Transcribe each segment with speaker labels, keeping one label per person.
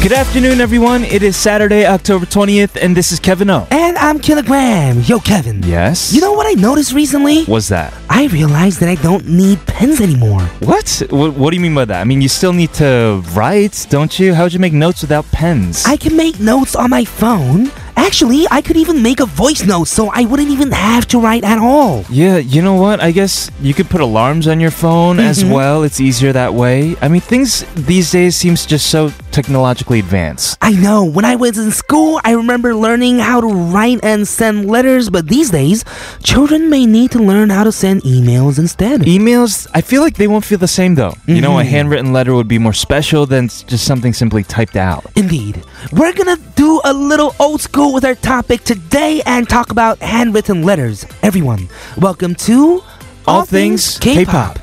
Speaker 1: Good afternoon, everyone. It is Saturday, October 20th, and this is Kevin O.
Speaker 2: And I'm Kilogram. Yo, Kevin.
Speaker 1: Yes?
Speaker 2: You know what I noticed recently?
Speaker 1: What's that?
Speaker 2: I realized that I don't need pens anymore.
Speaker 1: What? what? What do you mean by that? I mean, you still need to write, don't you? How'd you make notes without pens?
Speaker 2: I can make notes on my phone. Actually, I could even make a voice note so I wouldn't even have to write at all.
Speaker 1: Yeah, you know what? I guess you could put alarms on your phone as well. It's easier that way. I mean, things these days seems just so technologically advanced.
Speaker 2: I know, when I was in school, I remember learning how to write and send letters, but these days, children may need to learn how to send emails instead.
Speaker 1: Emails, I feel like they won't feel the same though. You know, a handwritten letter would be more special than s- just something simply typed out.
Speaker 2: Indeed. We're gonna do a little old school with our topic today and talk about handwritten letters. Everyone, welcome to
Speaker 1: All Things K-Pop.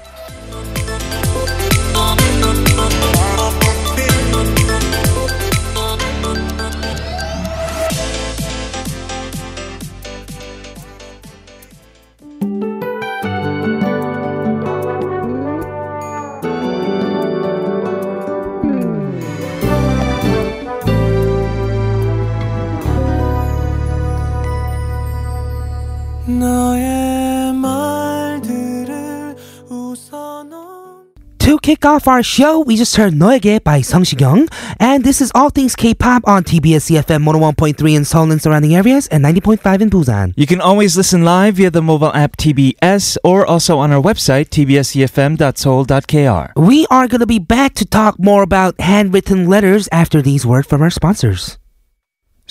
Speaker 2: To kick off our show, we just heard 너에게 by Sung Young, and this is All Things K-Pop on TBS EFM 101.3 in Seoul and surrounding areas and 90.5 in Busan.
Speaker 1: You can always listen live via the mobile app TBS or also on our website E tbsefm.soul.kr.
Speaker 2: We are gonna be back to talk more about handwritten letters after these words from our sponsors.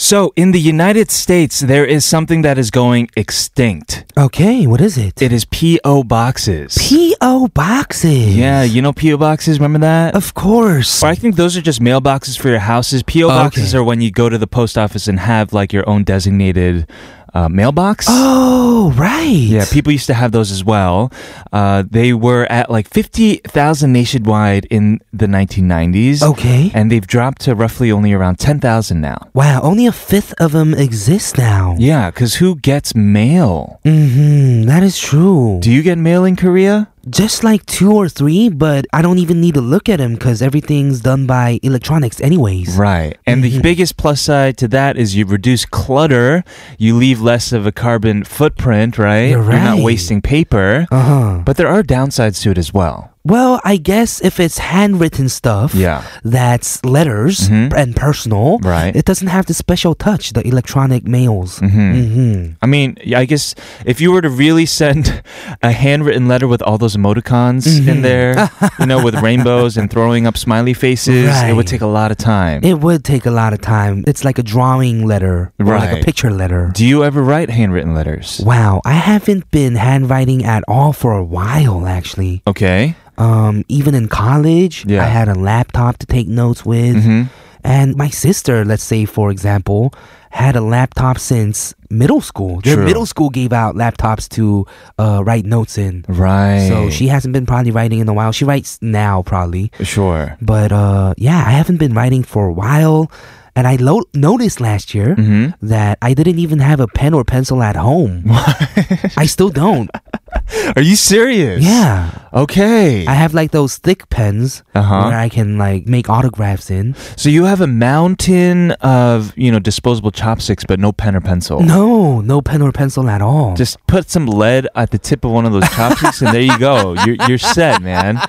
Speaker 1: So, in the United States, there is something that is going extinct.
Speaker 2: Okay, what is it?
Speaker 1: It is PO boxes.
Speaker 2: P.O. boxes.
Speaker 1: yeah, you know PO boxes, remember that?
Speaker 2: Of course.
Speaker 1: Or I think those are just mailboxes for your houses. PO boxes
Speaker 2: Okay.
Speaker 1: are when you go to the post office and have like your own designated uh, mailbox.
Speaker 2: Oh, right.
Speaker 1: Yeah, people used to have those as well. Uh, they were at like 50,000 nationwide in the 1990s.
Speaker 2: Okay.
Speaker 1: And they've dropped to roughly only around 10,000 now.
Speaker 2: Wow, only a fifth of them exist now.
Speaker 1: Yeah, because who gets mail?
Speaker 2: Mm-hmm, that is true.
Speaker 1: Do you get mail in Korea?
Speaker 2: Just like two or three, but I don't even need to look at them because everything's done by electronics, anyways.
Speaker 1: Right. And
Speaker 2: Mm-hmm.
Speaker 1: the biggest plus side to that is you reduce clutter, you leave less of a carbon footprint, right?
Speaker 2: You're
Speaker 1: You're not
Speaker 2: right.
Speaker 1: wasting paper.
Speaker 2: Uh huh.
Speaker 1: But there are downsides to it as well.
Speaker 2: Well, I guess if it's handwritten stuff,
Speaker 1: Yeah. Mm-hmm.
Speaker 2: that's letters and personal,
Speaker 1: Right.
Speaker 2: It doesn't have the special touch, the electronic mails. Mm-hmm.
Speaker 1: I mean, I guess if you were to really send a handwritten letter with all those emoticons
Speaker 2: Mm-hmm.
Speaker 1: in there, you know, with rainbows and throwing up smiley faces, it would
Speaker 2: Right.
Speaker 1: take a lot of time.
Speaker 2: It would take a lot of time. It's like a drawing letter, or like
Speaker 1: Right.
Speaker 2: a picture letter.
Speaker 1: Do you ever write handwritten letters?
Speaker 2: Wow, I haven't been handwriting at all for a while, actually.
Speaker 1: Okay.
Speaker 2: Um, even in college,
Speaker 1: Yeah.
Speaker 2: I had a laptop to take notes with.
Speaker 1: hmm
Speaker 2: And my sister, let's say, for example, had a laptop since middle school. Their
Speaker 1: True.
Speaker 2: middle school gave out laptops to uh, write notes in.
Speaker 1: Right.
Speaker 2: So she hasn't been probably writing in a while. She writes now, probably.
Speaker 1: Sure.
Speaker 2: But uh, yeah, I haven't been writing for a while. And I lo- noticed last year
Speaker 1: hmm
Speaker 2: that I didn't even have a pen or pencil at home. I still don't.
Speaker 1: Are you serious?
Speaker 2: Yeah.
Speaker 1: Okay.
Speaker 2: I have like those thick pens
Speaker 1: Uh-huh.
Speaker 2: where I can like make autographs in.
Speaker 1: so you have a mountain of, you know, disposable chopsticks, but no pen or pencil.
Speaker 2: No, no pen or pencil at
Speaker 1: Oh.
Speaker 2: all.
Speaker 1: Just put some lead at the tip of one of those chopsticks, and there you go. You're, you're set, man.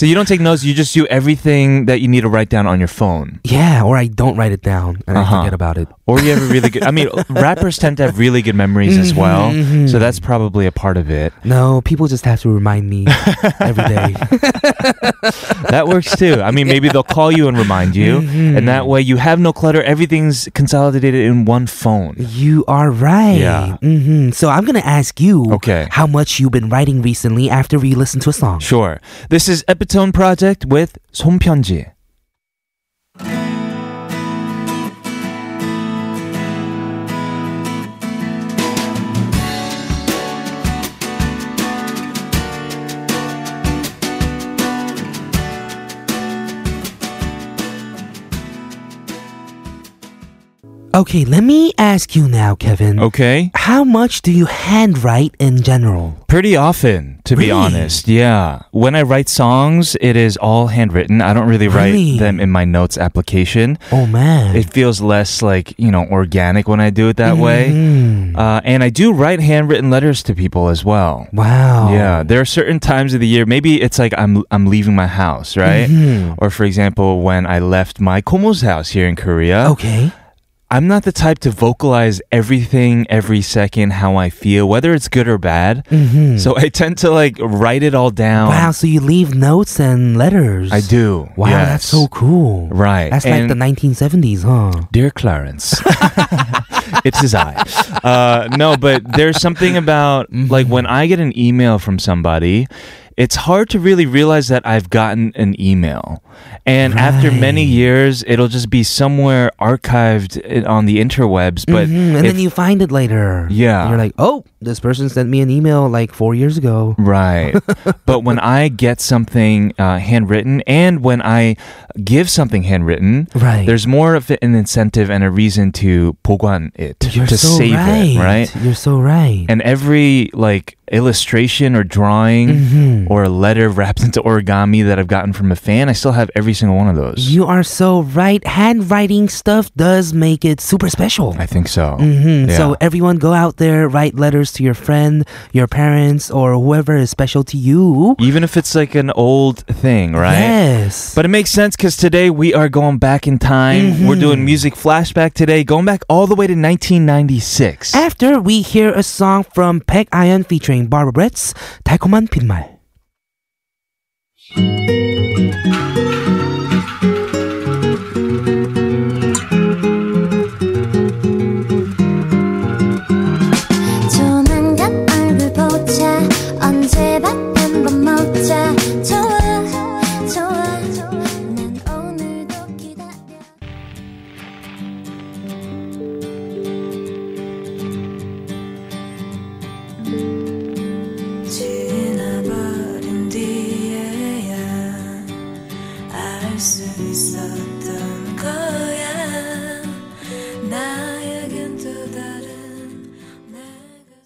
Speaker 1: So you don't take notes. You just do everything that you need to write down on your phone.
Speaker 2: yeah, or I don't write it down and
Speaker 1: Uh-huh.
Speaker 2: I forget about it.
Speaker 1: Or you have a really good. I mean, rappers tend to have really good memories as
Speaker 2: Mm-hmm.
Speaker 1: well. So that's probably a part of it.
Speaker 2: No, people just have to remind me every day.
Speaker 1: That works too. I mean, maybe they'll call you and remind you,
Speaker 2: Mm-hmm.
Speaker 1: and that way you have no clutter. Everything's consolidated in one phone.
Speaker 2: You are right.
Speaker 1: Yeah.
Speaker 2: hmm So I'm gonna ask you,
Speaker 1: Okay.
Speaker 2: how much you've been writing recently after we listen to a song.
Speaker 1: Sure. This is Epitone Project with 손편지.
Speaker 2: Okay, let me ask you now, Kevin.
Speaker 1: Okay.
Speaker 2: How much do you handwrite in general?
Speaker 1: Pretty often, to
Speaker 2: Really?
Speaker 1: be honest. Yeah. When I write songs, it is all handwritten. I don't really write
Speaker 2: Really?
Speaker 1: them in my notes application.
Speaker 2: Oh man.
Speaker 1: It feels less like, you know, organic when I do it that way.
Speaker 2: Mm.
Speaker 1: Uh, and I do write handwritten letters to people as well.
Speaker 2: wow.
Speaker 1: Yeah, there are certain times of the year. Maybe it's like I'm I'm leaving my house, right?
Speaker 2: Mhm.
Speaker 1: Or for example, when I left my komo's house here in Korea,
Speaker 2: Okay.
Speaker 1: I'm not the type to vocalize everything every second how I feel, whether it's good or bad.
Speaker 2: hmm
Speaker 1: So I tend to like write it all down.
Speaker 2: wow. So you leave notes and letters.
Speaker 1: Um, I do.
Speaker 2: Wow, that's
Speaker 1: yes.
Speaker 2: so cool.
Speaker 1: Right.
Speaker 2: That's
Speaker 1: And-
Speaker 2: like the 1970s, huh?
Speaker 1: Dear Clarence. it's his eye. Uh, no, but there's something about
Speaker 2: Mm-hmm.
Speaker 1: like when I get an email from somebody, it's hard to really realize that I've gotten an email. And after many years, it'll just be somewhere archived i- on the interwebs. But
Speaker 2: Mhm, and
Speaker 1: if-
Speaker 2: then you find it later.
Speaker 1: Yeah.
Speaker 2: And you're like, oh, this person sent me an email like four years ago.
Speaker 1: Right. but when I get something uh, handwritten and when I give something handwritten,
Speaker 2: Right.
Speaker 1: there's more of an incentive and a reason to 보관 it,
Speaker 2: you're
Speaker 1: to
Speaker 2: so
Speaker 1: save
Speaker 2: right.
Speaker 1: it, right?
Speaker 2: You're so right.
Speaker 1: And every like illustration or drawing
Speaker 2: Mhm.
Speaker 1: or a letter wrapped into origami that I've gotten from a fan, I still have every single one of those.
Speaker 2: you are so right. Handwriting stuff does make it super special.
Speaker 1: I think so.
Speaker 2: hmm
Speaker 1: Yeah.
Speaker 2: So everyone go out there, write letters to your friend, your parents, or whoever is special to you.
Speaker 1: Even if it's like an old thing, right?
Speaker 2: Yes.
Speaker 1: But it makes sense because today we are going back in time.
Speaker 2: Mm-hmm.
Speaker 1: We're doing music flashback today, going back all the way to 1996.
Speaker 2: after we hear a song from Peck Iron featuring Barbara Brett's 달콤한 빈말.
Speaker 3: 조만간 얼굴 보자 언제 밥한번 먹자 좋아 좋아 난 오늘도 기다려
Speaker 4: 지나버린 뒤에야 알 수 있었던 거야 나에겐 또 다른 내가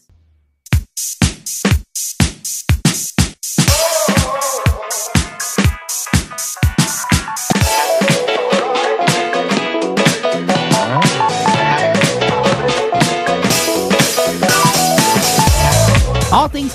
Speaker 2: All things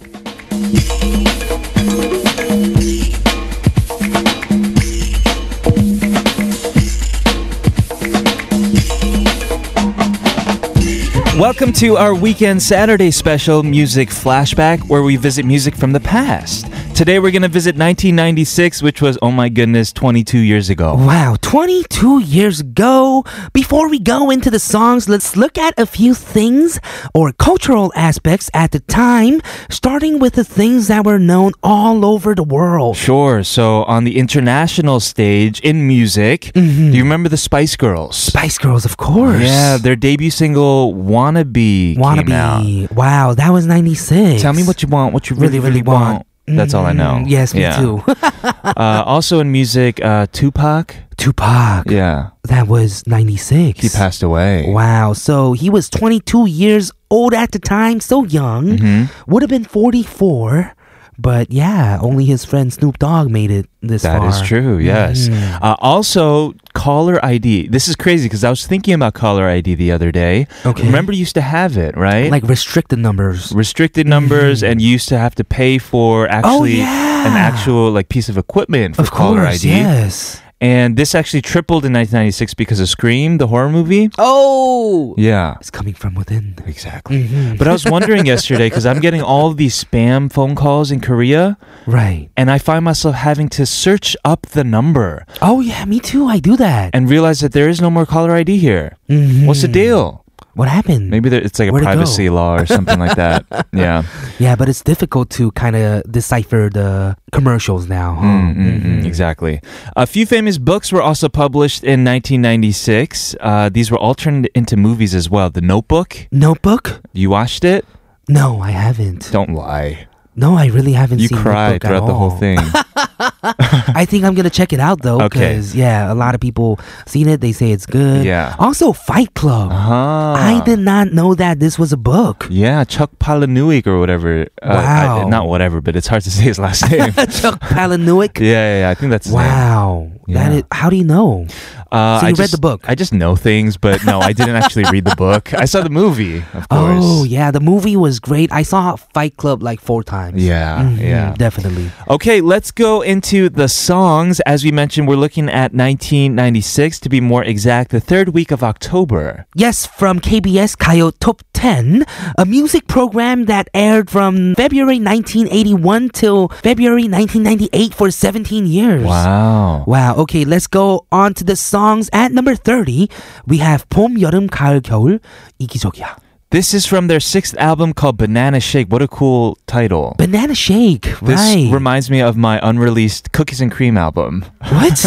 Speaker 1: Welcome to our weekend Saturday special music flashback where we visit music from the past. Today we're going to visit 1996 which was oh my goodness 22 years ago.
Speaker 2: Wow, 22 years ago. Before we go into the songs, let's look at a few things or cultural aspects at the time, starting with the things that were known all over the world.
Speaker 1: Sure. So on the international stage in music, do you remember the Spice Girls?
Speaker 2: Spice Girls, of course.
Speaker 1: Yeah, their debut single "Wannabe" came out.
Speaker 2: Wannabe. Wow, that was 96.
Speaker 1: Tell me what you want, what you really, really, want. That's all I know.
Speaker 2: Mm, Yes, me
Speaker 1: Yeah.
Speaker 2: too.
Speaker 1: uh, also in music, uh, Tupac.
Speaker 2: Tupac.
Speaker 1: Yeah,
Speaker 2: That was 96.
Speaker 1: he passed away.
Speaker 2: Wow. So he was 22 years old at the time, so young.
Speaker 1: Mm-hmm.
Speaker 2: Would have been 44. But yeah, only his friend Snoop Dogg made it this
Speaker 1: That
Speaker 2: far. Mm-hmm.
Speaker 1: is true. Yes. Uh, also, caller ID. This is crazy because I was thinking about caller ID the other day.
Speaker 2: Okay.
Speaker 1: Remember, you used to have it, right?
Speaker 2: Like restricted numbers.
Speaker 1: restricted numbers, and you used to have to pay for actually
Speaker 2: Oh, yeah.
Speaker 1: an actual like piece of equipment for
Speaker 2: Of
Speaker 1: caller
Speaker 2: course,
Speaker 1: ID.
Speaker 2: yes.
Speaker 1: And this actually tripled in 1996 because of Scream, the horror movie.
Speaker 2: Oh,
Speaker 1: Yeah.
Speaker 2: it's coming from within.
Speaker 1: Exactly.
Speaker 2: Mm-hmm.
Speaker 1: But I was wondering yesterday because I'm getting all these spam phone calls in Korea,
Speaker 2: Right.
Speaker 1: and I find myself having to search up the number
Speaker 2: Oh yeah, me too. I do that.
Speaker 1: and realize that there is no more caller ID here. What's the deal?
Speaker 2: What happened?
Speaker 1: Maybe there, it's like a
Speaker 2: Mm-hmm. Where'd it go?
Speaker 1: privacy law or something like that. Yeah.
Speaker 2: Yeah, but it's difficult to kind of decipher the commercials now. huh?
Speaker 1: Mm, mm,
Speaker 2: Mm-hmm.
Speaker 1: mm, exactly. A few famous books were also published in 1996. Uh, these were all turned into movies as well. The Notebook,
Speaker 2: Notebook?
Speaker 1: you watched it?
Speaker 2: No, I haven't.
Speaker 1: Don't lie.
Speaker 2: No, I really haven't.
Speaker 1: You
Speaker 2: seen
Speaker 1: cried
Speaker 2: Notebook at
Speaker 1: throughout the whole
Speaker 2: all.
Speaker 1: thing. Uh-huh.
Speaker 2: I think I'm gonna check it out though,
Speaker 1: Okay.
Speaker 2: because yeah, a lot of people seen it. They say it's good.
Speaker 1: Yeah.
Speaker 2: Also, Fight Club.
Speaker 1: Ah.
Speaker 2: I did not know that this was a book.
Speaker 1: Yeah, Chuck Palahniuk or whatever. Uh,
Speaker 2: Wow.
Speaker 1: I, not whatever, but it's hard to say his last name. yeah,
Speaker 2: Chuck Palahniuk.
Speaker 1: yeah, yeah, I think that's his name.
Speaker 2: Wow. That
Speaker 1: Yeah.
Speaker 2: is, how do you know?
Speaker 1: Uh,
Speaker 2: So
Speaker 1: I
Speaker 2: you read
Speaker 1: just-
Speaker 2: the book?
Speaker 1: I just know things, but no, I didn't actually read the book. I saw the movie, of course.
Speaker 2: Oh yeah, the movie was great. I saw Fight Club like four times.
Speaker 1: Yeah,
Speaker 2: Mhm,
Speaker 1: yeah.
Speaker 2: definitely.
Speaker 1: Okay, let's go into the songs. As we mentioned, we're looking at 1996 to be more exact, the third week of October.
Speaker 2: Yes, from KBS Kayo Top 10, a music program that aired from February 1981 till February 1998 for 17 years.
Speaker 1: Wow.
Speaker 2: Wow, okay, let's go on to the songs. At number 30, we have 봄, 여름, 가을, 겨울, 이기적이야.
Speaker 1: This is from their sixth album called Banana Shake. What a cool title.
Speaker 2: Banana Shake,
Speaker 1: This
Speaker 2: right.
Speaker 1: reminds me of my unreleased Cookies and Cream album.
Speaker 2: what?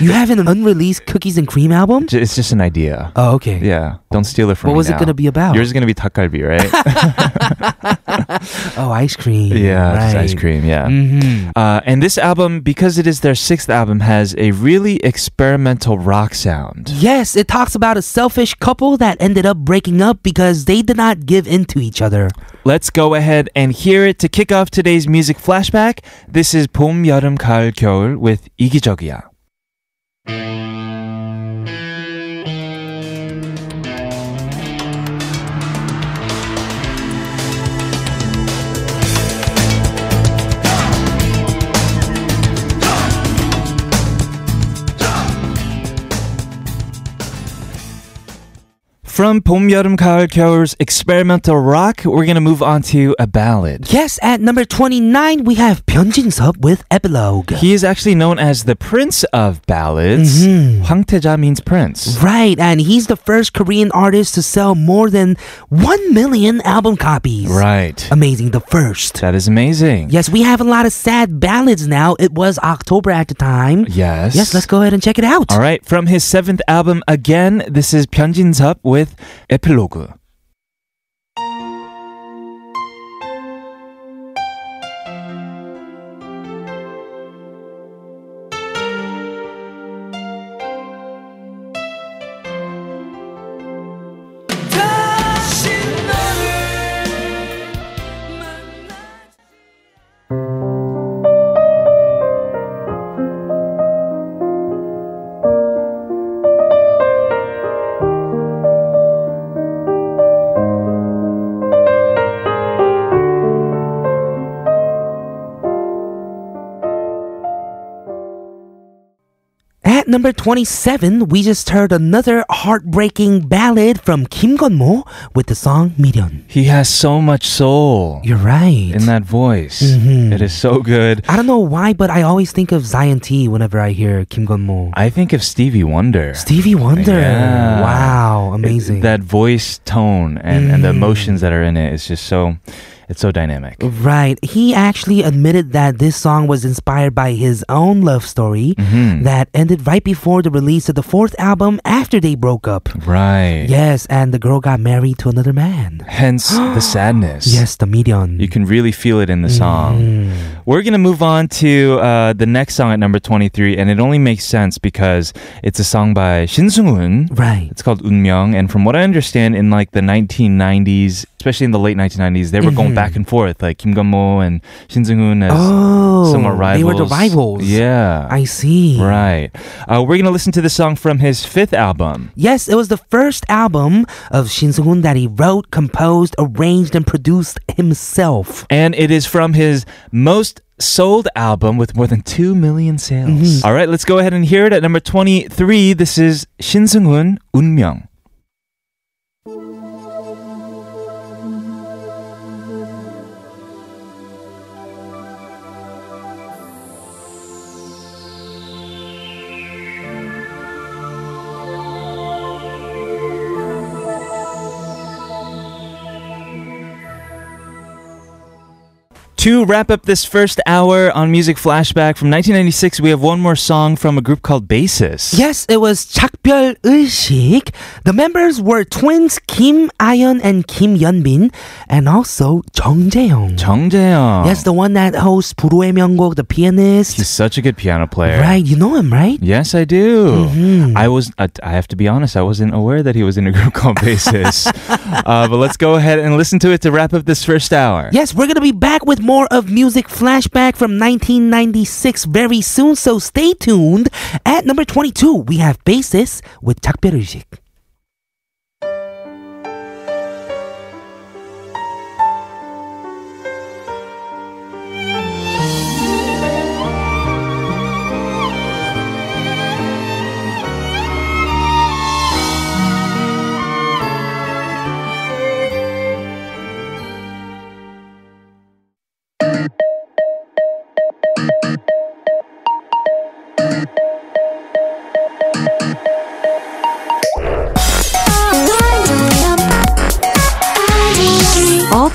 Speaker 2: you have an unreleased Cookies and Cream album?
Speaker 1: J- It's just an idea.
Speaker 2: Oh, okay.
Speaker 1: Yeah, don't steal it from
Speaker 2: What
Speaker 1: me.
Speaker 2: was it
Speaker 1: now.
Speaker 2: gonna be about?
Speaker 1: Yours is gonna be takalbi, right?
Speaker 2: Oh, ice cream.
Speaker 1: yeah,
Speaker 2: right.
Speaker 1: it's ice cream. Yeah.
Speaker 2: hmm
Speaker 1: Uh, and this album, because it is their sixth album, has a really experimental rock sound.
Speaker 2: Yes, it talks about a selfish couple that ended up breaking up because they did not give in to each other.
Speaker 1: Let's go ahead and hear it to kick off today's music flashback. This is 봄, 여름, 가을, 겨울 with 이기적이야. From 봄, 여름, 가을, 겨울's experimental rock, we're gonna move on to a ballad.
Speaker 2: Yes, at number 29, we have Byunjin Sub with Epilogue.
Speaker 1: He is actually known as the Prince of Ballads.
Speaker 2: Mhm.
Speaker 1: Hwang Tae-ja means prince.
Speaker 2: Right, and he's the first Korean artist to sell more than 1 million album copies.
Speaker 1: Right.
Speaker 2: Amazing, the first.
Speaker 1: That is amazing.
Speaker 2: Yes, we have a lot of sad ballads now. It was October at the time.
Speaker 1: Yes.
Speaker 2: Yes, let's go ahead and check it out.
Speaker 1: All right, from his seventh album again, this is Pyonjin's Up with Epilogue.
Speaker 2: At number 27, we just heard another heartbreaking ballad from Kim Gun-mo with the song Million.
Speaker 1: He has so much soul
Speaker 2: You're right. Mm-hmm.
Speaker 1: in that voice. It is so good.
Speaker 2: I don't know why, but I always think of Zion T whenever I hear Kim Gun-mo.
Speaker 1: I think of Stevie Wonder.
Speaker 2: Stevie Wonder.
Speaker 1: Yeah.
Speaker 2: Wow,
Speaker 1: It-
Speaker 2: amazing. Mm.
Speaker 1: that voice tone and, and the emotions that are in it is just so it's so dynamic.
Speaker 2: Right. He actually admitted that this song was inspired by his own love story
Speaker 1: Mm-hmm.
Speaker 2: that ended right before the release of the fourth album after they broke up.
Speaker 1: Right.
Speaker 2: Yes, and the girl got married to another man.
Speaker 1: Hence the sadness.
Speaker 2: Yes, the median.
Speaker 1: You can really feel it in the song.
Speaker 2: Mm.
Speaker 1: We're going to move on to uh, the next song at number 23, and it only makes sense because it's a song by Shin Sung-hoon.
Speaker 2: Right.
Speaker 1: It's called Unmyeong, and from what I understand, in like the 1990s, especially in the late 1990s, they were going back and forth, like Kim Gun-mo and Shin Sung-hoon as
Speaker 2: Mm-hmm. Oh,
Speaker 1: somewhat rivals.
Speaker 2: they were the rivals.
Speaker 1: Yeah.
Speaker 2: I see.
Speaker 1: right. Uh, we're gonna listen to the song from his fifth album.
Speaker 2: Yes, it was the first album of Shin Sung-hoon that he wrote, composed, arranged, and produced himself.
Speaker 1: And it is from his most sold album with more than 2 million sales.
Speaker 2: Mm-hmm.
Speaker 1: All right, let's go ahead and hear it at number 23. This is Shin Seung-hoon, 운명. To wrap up this first hour on Music Flashback from 1996, we have one more song from a group called Basis.
Speaker 2: Yes, it was 작별 의식. The members were twins Kim Ayeon and Kim Yeonbin, and also Jung Jaehyung.
Speaker 1: Jung Jae-young.
Speaker 2: Yes, the one that hosts 불호의 명곡, the pianist.
Speaker 1: He's such a good piano player.
Speaker 2: Right, Mm-hmm. you know him, right?
Speaker 1: Yes, I do. I was. I, I have to be honest. I wasn't aware that he was in a group called Basis. uh, but let's go ahead and listen to it to wrap up this first hour.
Speaker 2: Yes, we're going to be back with more of Music Flashback from 1996 very soon, so stay tuned. At number 22, we have Basis with 작별 의식.
Speaker 5: All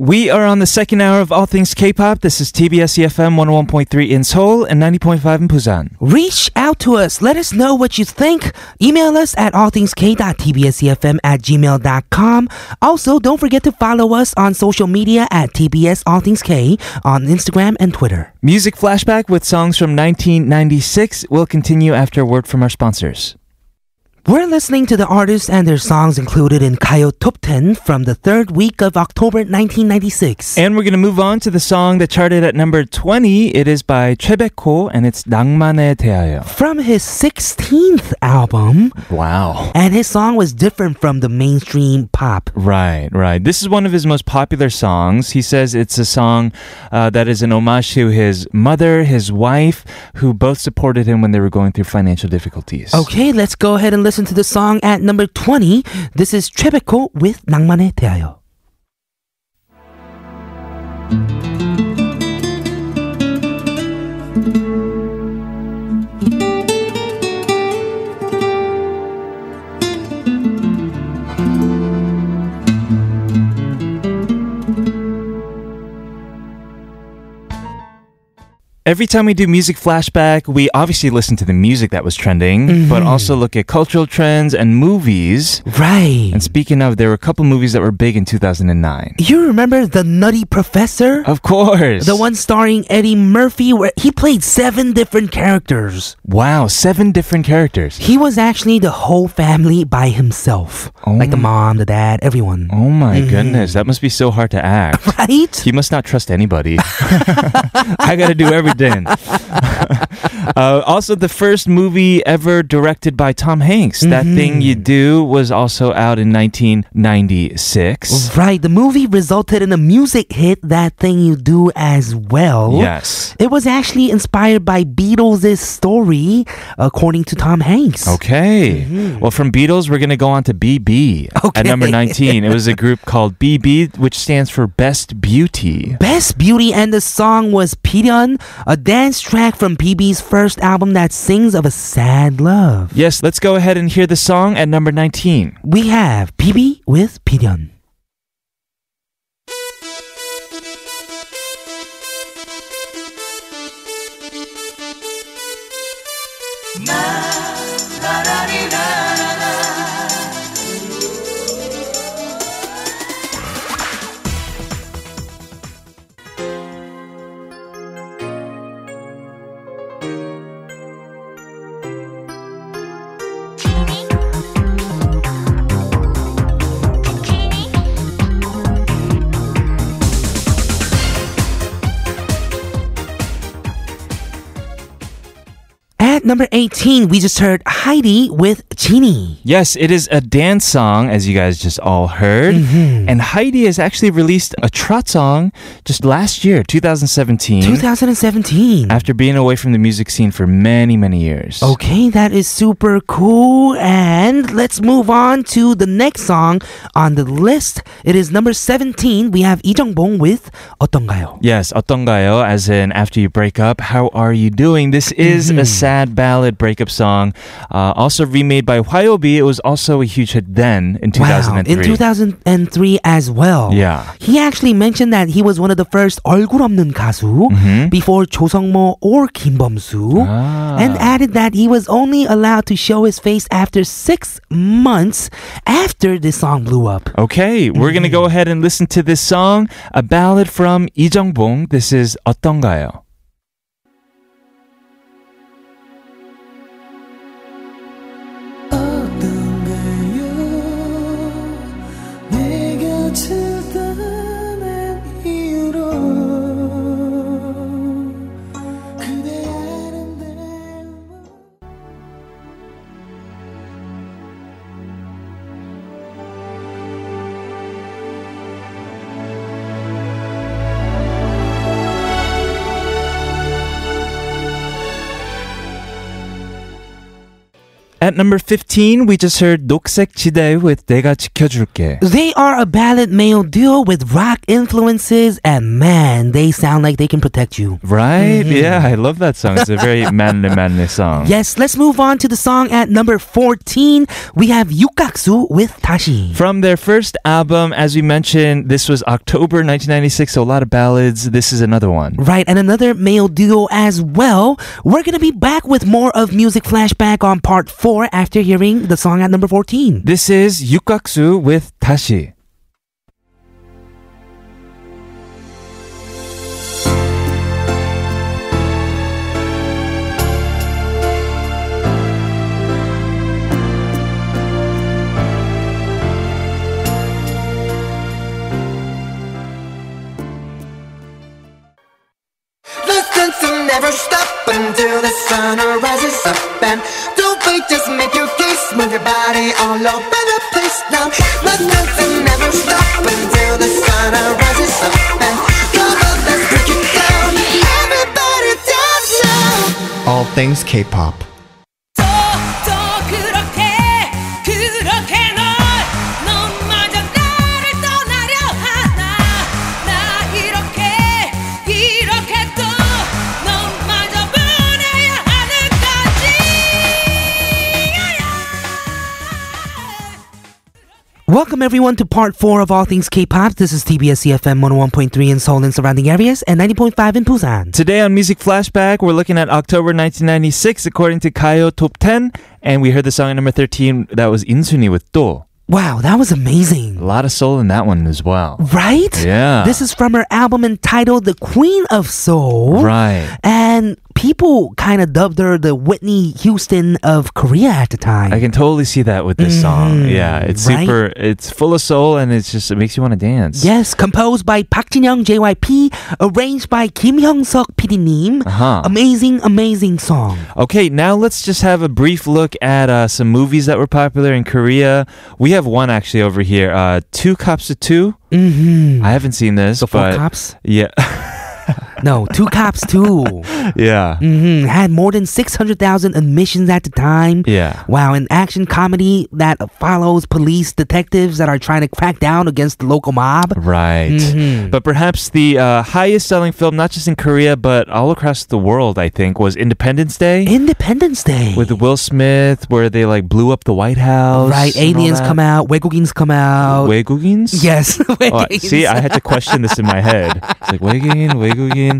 Speaker 1: We are on the second hour of All Things K-pop. This is TBS EFM 101.3 in Seoul and 90.5 in Busan.
Speaker 2: Reach out to us. Let us know what you think. Email us at allthingsk.tbscfm at gmail.com. Also, don't forget to follow us on social media at TBS All Things K on Instagram and Twitter.
Speaker 1: Music flashback with songs from 1996 will continue after a word from our sponsors.
Speaker 2: We're listening to the artists and their songs included in Kayo Top 10 from the third week of October 1996.
Speaker 1: And we're going to move on to the song that charted at number 20. It is by Chebeko and it's 낭만에 대하여.
Speaker 2: From his 16th album,
Speaker 1: Wow.
Speaker 2: and his song was different from the mainstream pop.
Speaker 1: Right, right. This is one of his most popular songs. He says it's a song uh, that is an homage to his mother, his wife, who both supported him when they were going through financial difficulties.
Speaker 2: Okay, let's go ahead and listen to the song at number 20. This is Trebeko with 낭만에 대하여.
Speaker 1: Every time we do music flashback, we obviously listen to the music that was trending,
Speaker 2: Mm-hmm.
Speaker 1: but also look at cultural trends and movies.
Speaker 2: Right.
Speaker 1: And speaking of, there were a couple movies that were big in 2009.
Speaker 2: You remember The Nutty Professor?
Speaker 1: Of course.
Speaker 2: The one starring Eddie Murphy, where he played seven different characters.
Speaker 1: Wow, seven different characters.
Speaker 2: He was actually the whole family by himself. Like the mom, the dad, everyone.
Speaker 1: Oh my
Speaker 2: Mm-hmm.
Speaker 1: goodness, that must be so hard to act.
Speaker 2: Right?
Speaker 1: He must not trust anybody. I got to do everything. uh, also, the first movie ever directed by Tom Hanks, That Thing You
Speaker 2: Mm-hmm.
Speaker 1: Do, was also out in 1996.
Speaker 2: Right. The movie resulted in a music hit, That Thing You Do as well.
Speaker 1: Yes.
Speaker 2: It was actually inspired by Beatles' story, according to Tom Hanks.
Speaker 1: Okay. Well, from Beatles, we're going to go on to BB at number 19. It was a group called BB, which stands for Best Beauty.
Speaker 2: Best Beauty and the song was Pideon, a dance track from PB's first album that sings of a sad love.
Speaker 1: Yes, let's go ahead and hear the song at number 19.
Speaker 2: We have PB with Pideon.
Speaker 3: I
Speaker 2: At number 18, we just heard Heidi with Genie.
Speaker 1: Yes, it is a dance song, as you guys just all heard. And Heidi has actually released a trot song just last year, 2017,
Speaker 2: 2017.
Speaker 1: after being away from the music scene for many, many years.
Speaker 2: Okay, that is super cool. And let's move on to the next song on the list. It is number 17. We have Lee Jung-bong with 어떤가요?
Speaker 1: Yes, 어떤가요? As in, after you break up, how are you doing? This is a sad ballad breakup song, uh, also remade by YOB. It was also a huge hit then in 2003.
Speaker 2: Wow, in 2003 as well.
Speaker 1: Yeah.
Speaker 2: He actually mentioned that he was one of the first 얼굴 없는 가수 before 조성모 or 김범수 and added that he was only allowed to show his face after 6 months after this song blew up.
Speaker 1: Okay, we're gonna go ahead and listen to this song, a ballad from Lee Jung Bong. This is 어떤가요?
Speaker 4: 어떤가요? 내가 처단한 이유로 그대 아름다움
Speaker 1: At number 15, we just heard 녹색 지대 with 내가 지켜줄게.
Speaker 2: They are a ballad male duo with rock influences, and man, they sound like they can protect you.
Speaker 1: Right? Yeah, I love that song. It's a very manly, manly song.
Speaker 2: Yes, let's move on to the song at number 14. We have Yukaksu with Tashi.
Speaker 1: From their first album, as we mentioned, this was October 1996, so a lot of ballads. This is another one.
Speaker 2: Right, and another male duo as well. We're gonna be back with more of Music Flashback on part 4 after hearing the song at number 14.
Speaker 1: This is Yukaksu with 다시.
Speaker 6: The sense will never stop until the sun rises up and don't wait, just make your case, move your body all over the place now. The sense will never stop until the sun rises up and come on, let's break it down. Everybody dance now. All things K-pop.
Speaker 4: 또, 또 그렇게 그렇게 널 너마저 나를 떠나려 하나 나 이렇게 이렇게 또 너마저 보내야 하는 거지
Speaker 2: Welcome everyone to part 4 of All Things K-Pop. This is TBS CFM 101.3 in Seoul and surrounding areas and 90.5 in Busan.
Speaker 1: Today on Music Flashback, we're looking at October 1996 according to Kayo Top 10, and we heard the song at number 13 that was Insuni with Do.
Speaker 2: Wow, that was amazing.
Speaker 1: A lot of soul in that one as well.
Speaker 2: Right?
Speaker 1: Yeah.
Speaker 2: This is from her album entitled The Queen of Soul.
Speaker 1: Right.
Speaker 2: And people kind of dubbed her the Whitney Houston of Korea at the time.
Speaker 1: I can totally see that with this song.
Speaker 2: Mhm,
Speaker 1: Yeah, it's
Speaker 2: right?
Speaker 1: super. It's full of soul, and it's just it makes you want to dance.
Speaker 2: Yes, composed by Park Jin Young JYP, arranged by Kim Hyung Suk PD님.
Speaker 1: Uh-huh.
Speaker 2: Amazing, amazing song.
Speaker 1: Okay, now let's just have a brief look at uh, some movies that were popular in Korea. We have one actually over here. Uh, two cops to 2
Speaker 2: Mm-hmm.
Speaker 1: I haven't seen this,
Speaker 2: So four
Speaker 1: but
Speaker 2: cops?
Speaker 1: yeah,
Speaker 2: No, two cops too.
Speaker 1: yeah,
Speaker 2: hmm Had more than 600,000 admissions at the time.
Speaker 1: yeah.
Speaker 2: Wow, an action comedy that follows police detectives that are trying to crack down against the local mob.
Speaker 1: Right.
Speaker 2: Mhm.
Speaker 1: But perhaps the uh, highest selling film, not just in Korea, but all across the world, I think, was Independence Day
Speaker 2: Independence Day.
Speaker 1: with Will Smith, where they like blew up the White House.
Speaker 2: right, aliens come out, 외국인's come out.
Speaker 1: Wegugins?
Speaker 2: yes,
Speaker 1: Oh,
Speaker 2: 외국인.
Speaker 1: see, I had to question this in my head. It's like Wegin, Wegugin.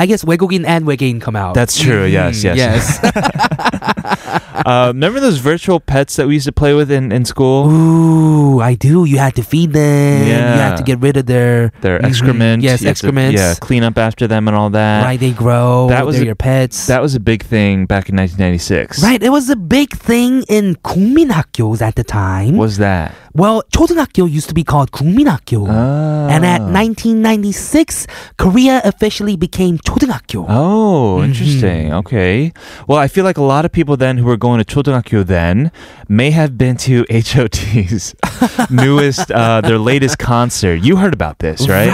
Speaker 2: I guess 외국인 and 외계인 come out. Hmm,
Speaker 1: That's true. Yes, yes.
Speaker 2: Yes.
Speaker 1: Uh, remember those virtual pets that we used to play with in, in school?
Speaker 2: Ooh, I do. You had to feed them. You
Speaker 1: Yeah.
Speaker 2: had to get rid of their
Speaker 1: Their
Speaker 2: Mhm.
Speaker 1: excrement.
Speaker 2: Yes,
Speaker 1: you had to-
Speaker 2: excrements.
Speaker 1: yeah, clean up after them and all that.
Speaker 2: right. They grow.
Speaker 1: Uh, That was
Speaker 2: They're
Speaker 1: a-
Speaker 2: your pets.
Speaker 1: That was a big thing back in 1996.
Speaker 2: right. It was a big thing in 국민학교s at the time.
Speaker 1: Was that?
Speaker 2: Well, 초등학교 used to be called 국민학교.
Speaker 1: Oh.
Speaker 2: And at 1996, Korea officially became 초등학교. Mm-hmm.
Speaker 1: Oh, interesting. Okay. Well, I feel like a lot of people then who were going to Chodongakyo then may have been to HOT's newest, uh, their latest concert. You heard about this, right?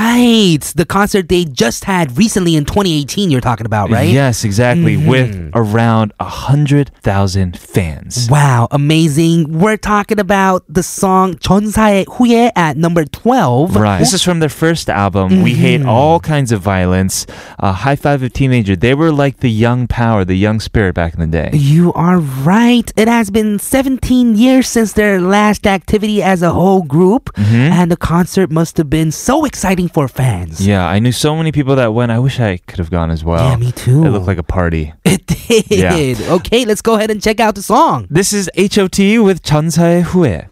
Speaker 2: The concert they just had recently in 2018, you're talking about, right? Mm-hmm.
Speaker 1: Yes, exactly. With around a hundred thousand fans.
Speaker 2: Wow, amazing. We're talking about the song 전사의 후예 at number 12.
Speaker 1: Right. This is from their first album. We
Speaker 2: Mm-hmm.
Speaker 1: hate all kinds of violence. Uh, High five of teenager. They were like the young power, the young spirit back in the day.
Speaker 2: You are right. It has been 17 years since their last activity as a whole group, and the concert must have been so exciting for fans.
Speaker 1: Mm-hmm. Yeah, I knew so many people that went. I wish I could have gone as well.
Speaker 2: Yeah, me too.
Speaker 1: It looked like a party.
Speaker 2: It did.
Speaker 1: Yeah.
Speaker 2: Okay, let's go ahead and check out the song.
Speaker 1: This is HOT with 전사의 후회.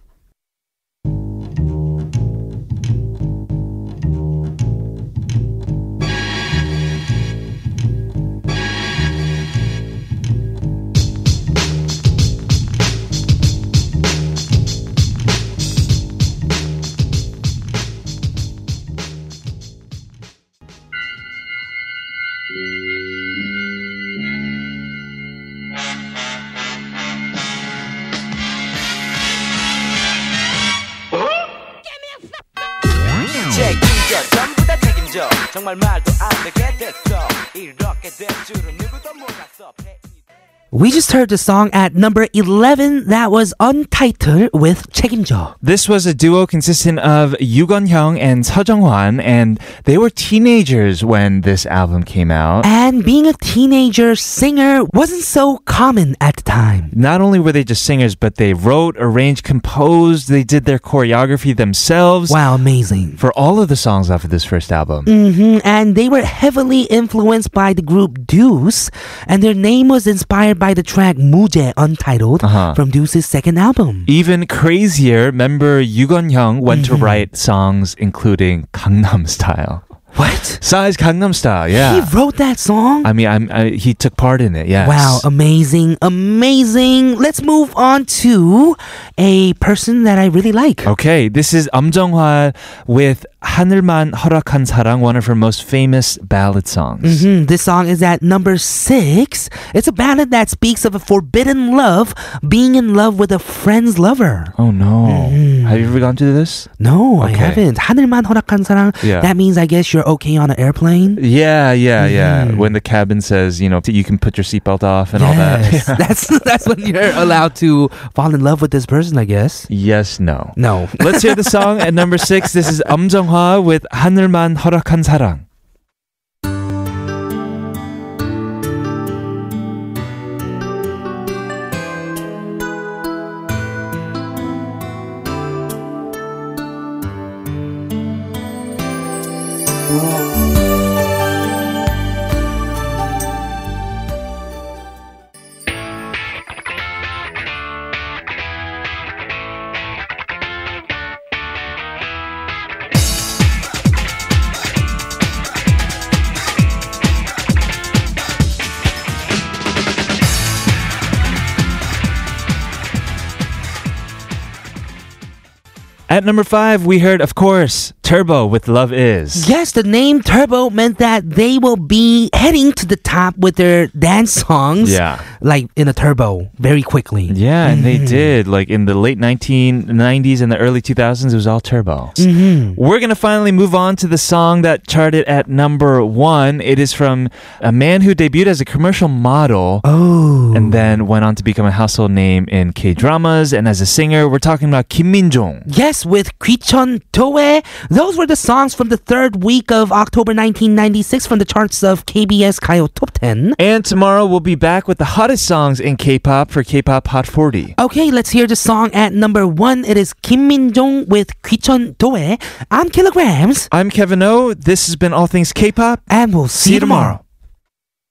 Speaker 7: 책임져 전부 다 책임져 정말 말도 안 되게 됐어 이렇게 될 줄은 누구도 몰랐어
Speaker 2: We just heard the song at number 11. That was Untitled with 책임져.
Speaker 1: This was a duo consisting of Yoo Gun Hyung and Seo Jung Hwan, and they were teenagers when this album came out.
Speaker 2: And being a teenager singer wasn't so common at the time.
Speaker 1: Not only were they just singers, but they wrote, arranged, composed, they did their choreography themselves
Speaker 2: Wow, amazing.
Speaker 1: for all of the songs off of this first album.
Speaker 2: Mhm, And they were heavily influenced by the group Deuce, and their name was inspired by the track Muje Untitled
Speaker 1: Uh-huh.
Speaker 2: from Deuce's second album.
Speaker 1: Even crazier, member Yoo Gun Hyung went
Speaker 2: Mm-hmm.
Speaker 1: to write songs including Gangnam Style.
Speaker 2: What?
Speaker 1: Size Gangnam Style, yeah.
Speaker 2: He wrote that song?
Speaker 1: I mean, I'm, I, he took part in it, yes.
Speaker 2: Wow, um, amazing, amazing. Let's move on to a person that I really like.
Speaker 1: Okay, this is Um Jung-hwa with 하늘만 허락한 사랑, one of her most famous ballad songs.
Speaker 2: Mhm, This song is at number six. It's a ballad that speaks of a forbidden love, being in love with a friend's lover.
Speaker 1: Oh no.
Speaker 2: Mm-hmm.
Speaker 1: Have you ever gone through this?
Speaker 2: No,
Speaker 1: Okay.
Speaker 2: I haven't. 하늘만 허락한 사랑.
Speaker 1: Yeah.
Speaker 2: That means I guess you're okay on an airplane.
Speaker 1: Yeah, yeah, yeah.
Speaker 2: Mm-hmm.
Speaker 1: When the cabin says, you know, you can put your seatbelt off and
Speaker 2: Yes. that's that's when you're allowed to fall in love with this person, I guess.
Speaker 1: Yes, no.
Speaker 2: No.
Speaker 1: Let's hear the song at number six. This is Um Jung-hwa with 하늘만 허락한 사랑. At number five, we heard, of course, Turbo with Love Is.
Speaker 2: Yes, the name Turbo meant that they will be heading to the top with their dance songs.
Speaker 1: Yeah.
Speaker 2: Like in a turbo, very quickly.
Speaker 1: Yeah, and
Speaker 2: Mm-hmm.
Speaker 1: they did. Like in the late 1990s and the early 2000s, it was all turbo.
Speaker 2: Mm-hmm.
Speaker 1: We're going to finally move on to the song that charted at number one. It is from a man who debuted as a commercial model
Speaker 2: Oh.
Speaker 1: and then went on to become a household name in K dramas and as a singer. We're talking about Kim Min Jong.
Speaker 2: Yes, with Kwichon Toe. Those were the songs from the third week of October 1996 from the charts of KBS Kayo Top 10.
Speaker 1: And tomorrow we'll be back with the hottest songs in K pop for K pop Hot 40.
Speaker 2: Okay, let's hear the song at number one. It is Kim Min Jong with Kwichon Toe. I'm Kilograms,
Speaker 1: I'm Kevin O. This has been All Things K pop.
Speaker 2: and we'll see, you tomorrow.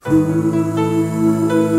Speaker 1: tomorrow.